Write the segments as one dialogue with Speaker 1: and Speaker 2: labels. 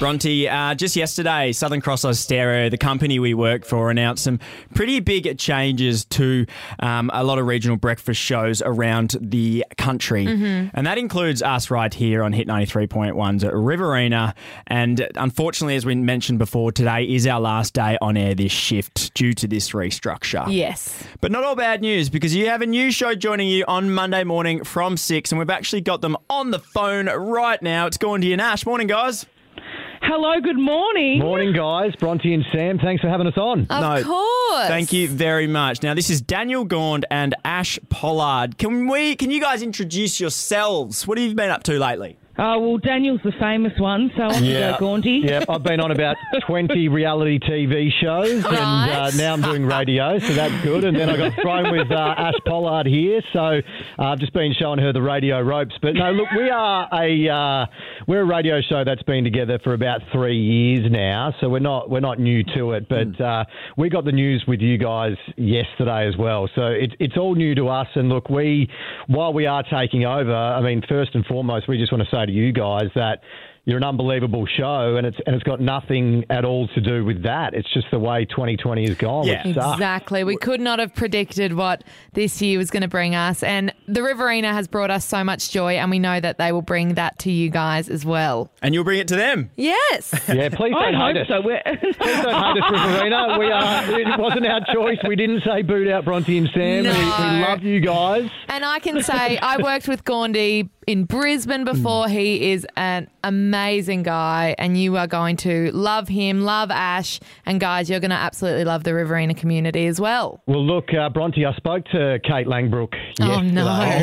Speaker 1: Bronte, uh, just yesterday, Southern Cross Ostero, the company we work for, announced some pretty big changes to um, a lot of regional breakfast shows around the country. And that includes us right here on Hit 93.1's at Riverina. And unfortunately, as we mentioned before, today is our last day on air this shift due to this restructure.
Speaker 2: Yes.
Speaker 1: But not all bad news because you have a new show joining you on Monday morning from 6, and we've actually got them on the phone right now. It's Gordon and Ash. Morning, guys.
Speaker 3: Hello, good morning.
Speaker 4: Morning, guys. Bronte and Sam, thanks for having us on.
Speaker 2: Of
Speaker 1: No,
Speaker 2: course.
Speaker 1: Thank you very much. Now, this is Daniel Gond and Ash Pollard. Can we? Can you guys introduce yourselves? What have you been up to lately?
Speaker 3: Uh, well, Daniel's the famous one, so off you go, Gaunty.
Speaker 4: Yeah, I've been on about 20 reality TV shows, and uh,
Speaker 2: Right.
Speaker 4: now I'm doing radio, so that's good. And then I got thrown with uh, Ash Pollard here, so uh, I've just been showing her the radio ropes. But no, look, we are a uh, we're a radio show that's been together for about three years now, so we're not we're not new to it. But uh, we got the news with you guys yesterday as well, so it's it's all new to us. And look, we while we are taking over, I mean, first and foremost, we just want to say to you guys that you're an unbelievable show, and it's and it's got nothing at all to do with that. It's just the way 2020 has gone.
Speaker 1: Yeah.
Speaker 4: which sucks.
Speaker 2: Exactly. We could not have predicted what this year was going to bring us. And the Riverina has brought us so much joy, and we know that they will bring that to you guys as well.
Speaker 1: And you'll bring it to them.
Speaker 2: Yes.
Speaker 4: Yeah, please
Speaker 3: I
Speaker 4: don't hate
Speaker 3: hope
Speaker 4: us.
Speaker 3: so. We're
Speaker 4: Please don't hate us, Riverina. We are. It wasn't our choice. We didn't say boot out Bronte and Sam. We, we
Speaker 2: No.
Speaker 4: love you guys.
Speaker 2: And I can say I worked with Gaundi in Brisbane
Speaker 1: Mm.
Speaker 2: before. He is an amazing guy, and you are going to love him, love Ash, and guys, you're going to absolutely love the Riverina community as well.
Speaker 4: Well, look, uh, Bronte, I spoke to Kate Langbrook
Speaker 2: Oh, Mm.
Speaker 4: yesterday.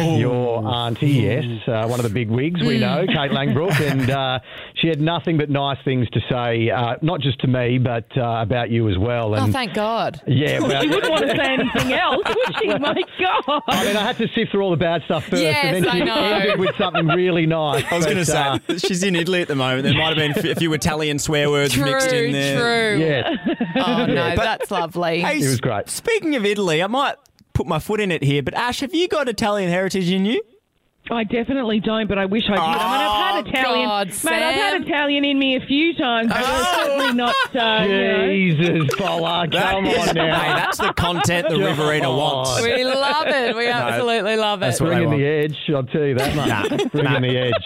Speaker 2: no.
Speaker 4: Your auntie, yes, uh, one of the big wigs we know, Kate Langbrook, and uh, she had nothing but nice things to say, uh, not just to me, but uh, about you as well.
Speaker 2: Oh,
Speaker 4: And
Speaker 2: thank God.
Speaker 4: yeah, well,
Speaker 3: you wouldn't want to say anything else, would you? My
Speaker 4: I
Speaker 3: God.
Speaker 4: mean, I had to sift through all the bad stuff first,
Speaker 2: Yes,
Speaker 4: and then she
Speaker 2: I know.
Speaker 4: ended with something really nice.
Speaker 1: I was going to
Speaker 4: But,
Speaker 1: say
Speaker 4: uh,
Speaker 1: she's in Italy at the moment. There might have been a few Italian swear words
Speaker 2: True,
Speaker 1: mixed in there.
Speaker 2: true.
Speaker 4: yeah,
Speaker 2: Oh, no,
Speaker 1: but-
Speaker 2: that's lovely.
Speaker 1: Hey,
Speaker 4: It was
Speaker 1: s-
Speaker 4: great.
Speaker 1: Speaking of Italy, I might put my foot in it here, but Ash, have you got Italian heritage in you?
Speaker 3: I definitely don't, but I wish I did. I mean, I've had Italian.
Speaker 2: God,
Speaker 3: mate,
Speaker 2: Sam.
Speaker 3: I've had Italian in me a few times, but it's certainly not. Uh, you know.
Speaker 4: Jesus, Bollard,
Speaker 1: That
Speaker 4: come
Speaker 1: is-
Speaker 4: on now.
Speaker 1: Hey, that's the content the Riverina wants.
Speaker 2: we love it. We absolutely love it.
Speaker 1: that's what
Speaker 4: Ring
Speaker 1: they
Speaker 4: in
Speaker 1: want.
Speaker 4: the edge, I'll tell you that much. Ring in the edge.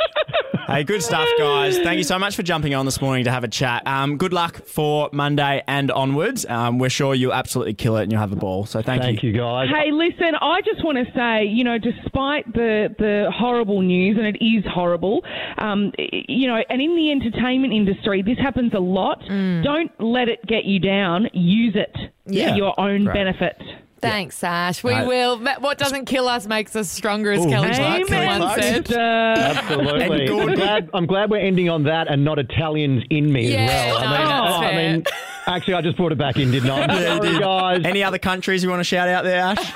Speaker 1: Hey, good stuff, guys. Thank you so much for jumping on this morning to have a chat. Um, good luck for Monday and onwards. Um, we're sure you'll absolutely kill it and you'll have a ball. So thank,
Speaker 4: Thank you, guys.
Speaker 3: Hey, listen, I just want to say, you know, despite the, the horrible news, and it is horrible, um, y- you know, and in the entertainment industry, this happens a lot.
Speaker 2: Mm.
Speaker 3: Don't let it get you down. Use it
Speaker 1: Yeah.
Speaker 3: for your own
Speaker 1: Great.
Speaker 3: benefit.
Speaker 2: Thanks, Ash. We
Speaker 1: No.
Speaker 2: will. Ma- What doesn't kill us makes us stronger, as Kelly
Speaker 1: Amen.
Speaker 2: Clarkson once said.
Speaker 3: Uh,
Speaker 4: Absolutely.
Speaker 1: Gordon.
Speaker 4: I'm glad, I'm glad we're ending on that and not Italians in me
Speaker 2: Yeah,
Speaker 4: as well.
Speaker 2: no,
Speaker 4: I mean,
Speaker 2: that's
Speaker 4: I
Speaker 2: fair.
Speaker 4: mean, actually, I just brought it back in, didn't I? Sorry, guys.
Speaker 1: Any other countries you want to shout out there, Ash?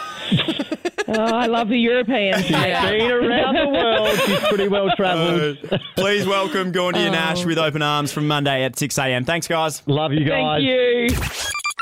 Speaker 3: oh, I love the Europeans.
Speaker 2: Yeah.
Speaker 4: Been around the world. She's pretty well travelled.
Speaker 1: Please welcome Gaundi and Ash with open arms from Monday at 6 a.m. Thanks, guys.
Speaker 4: Love you guys.
Speaker 3: Thank you.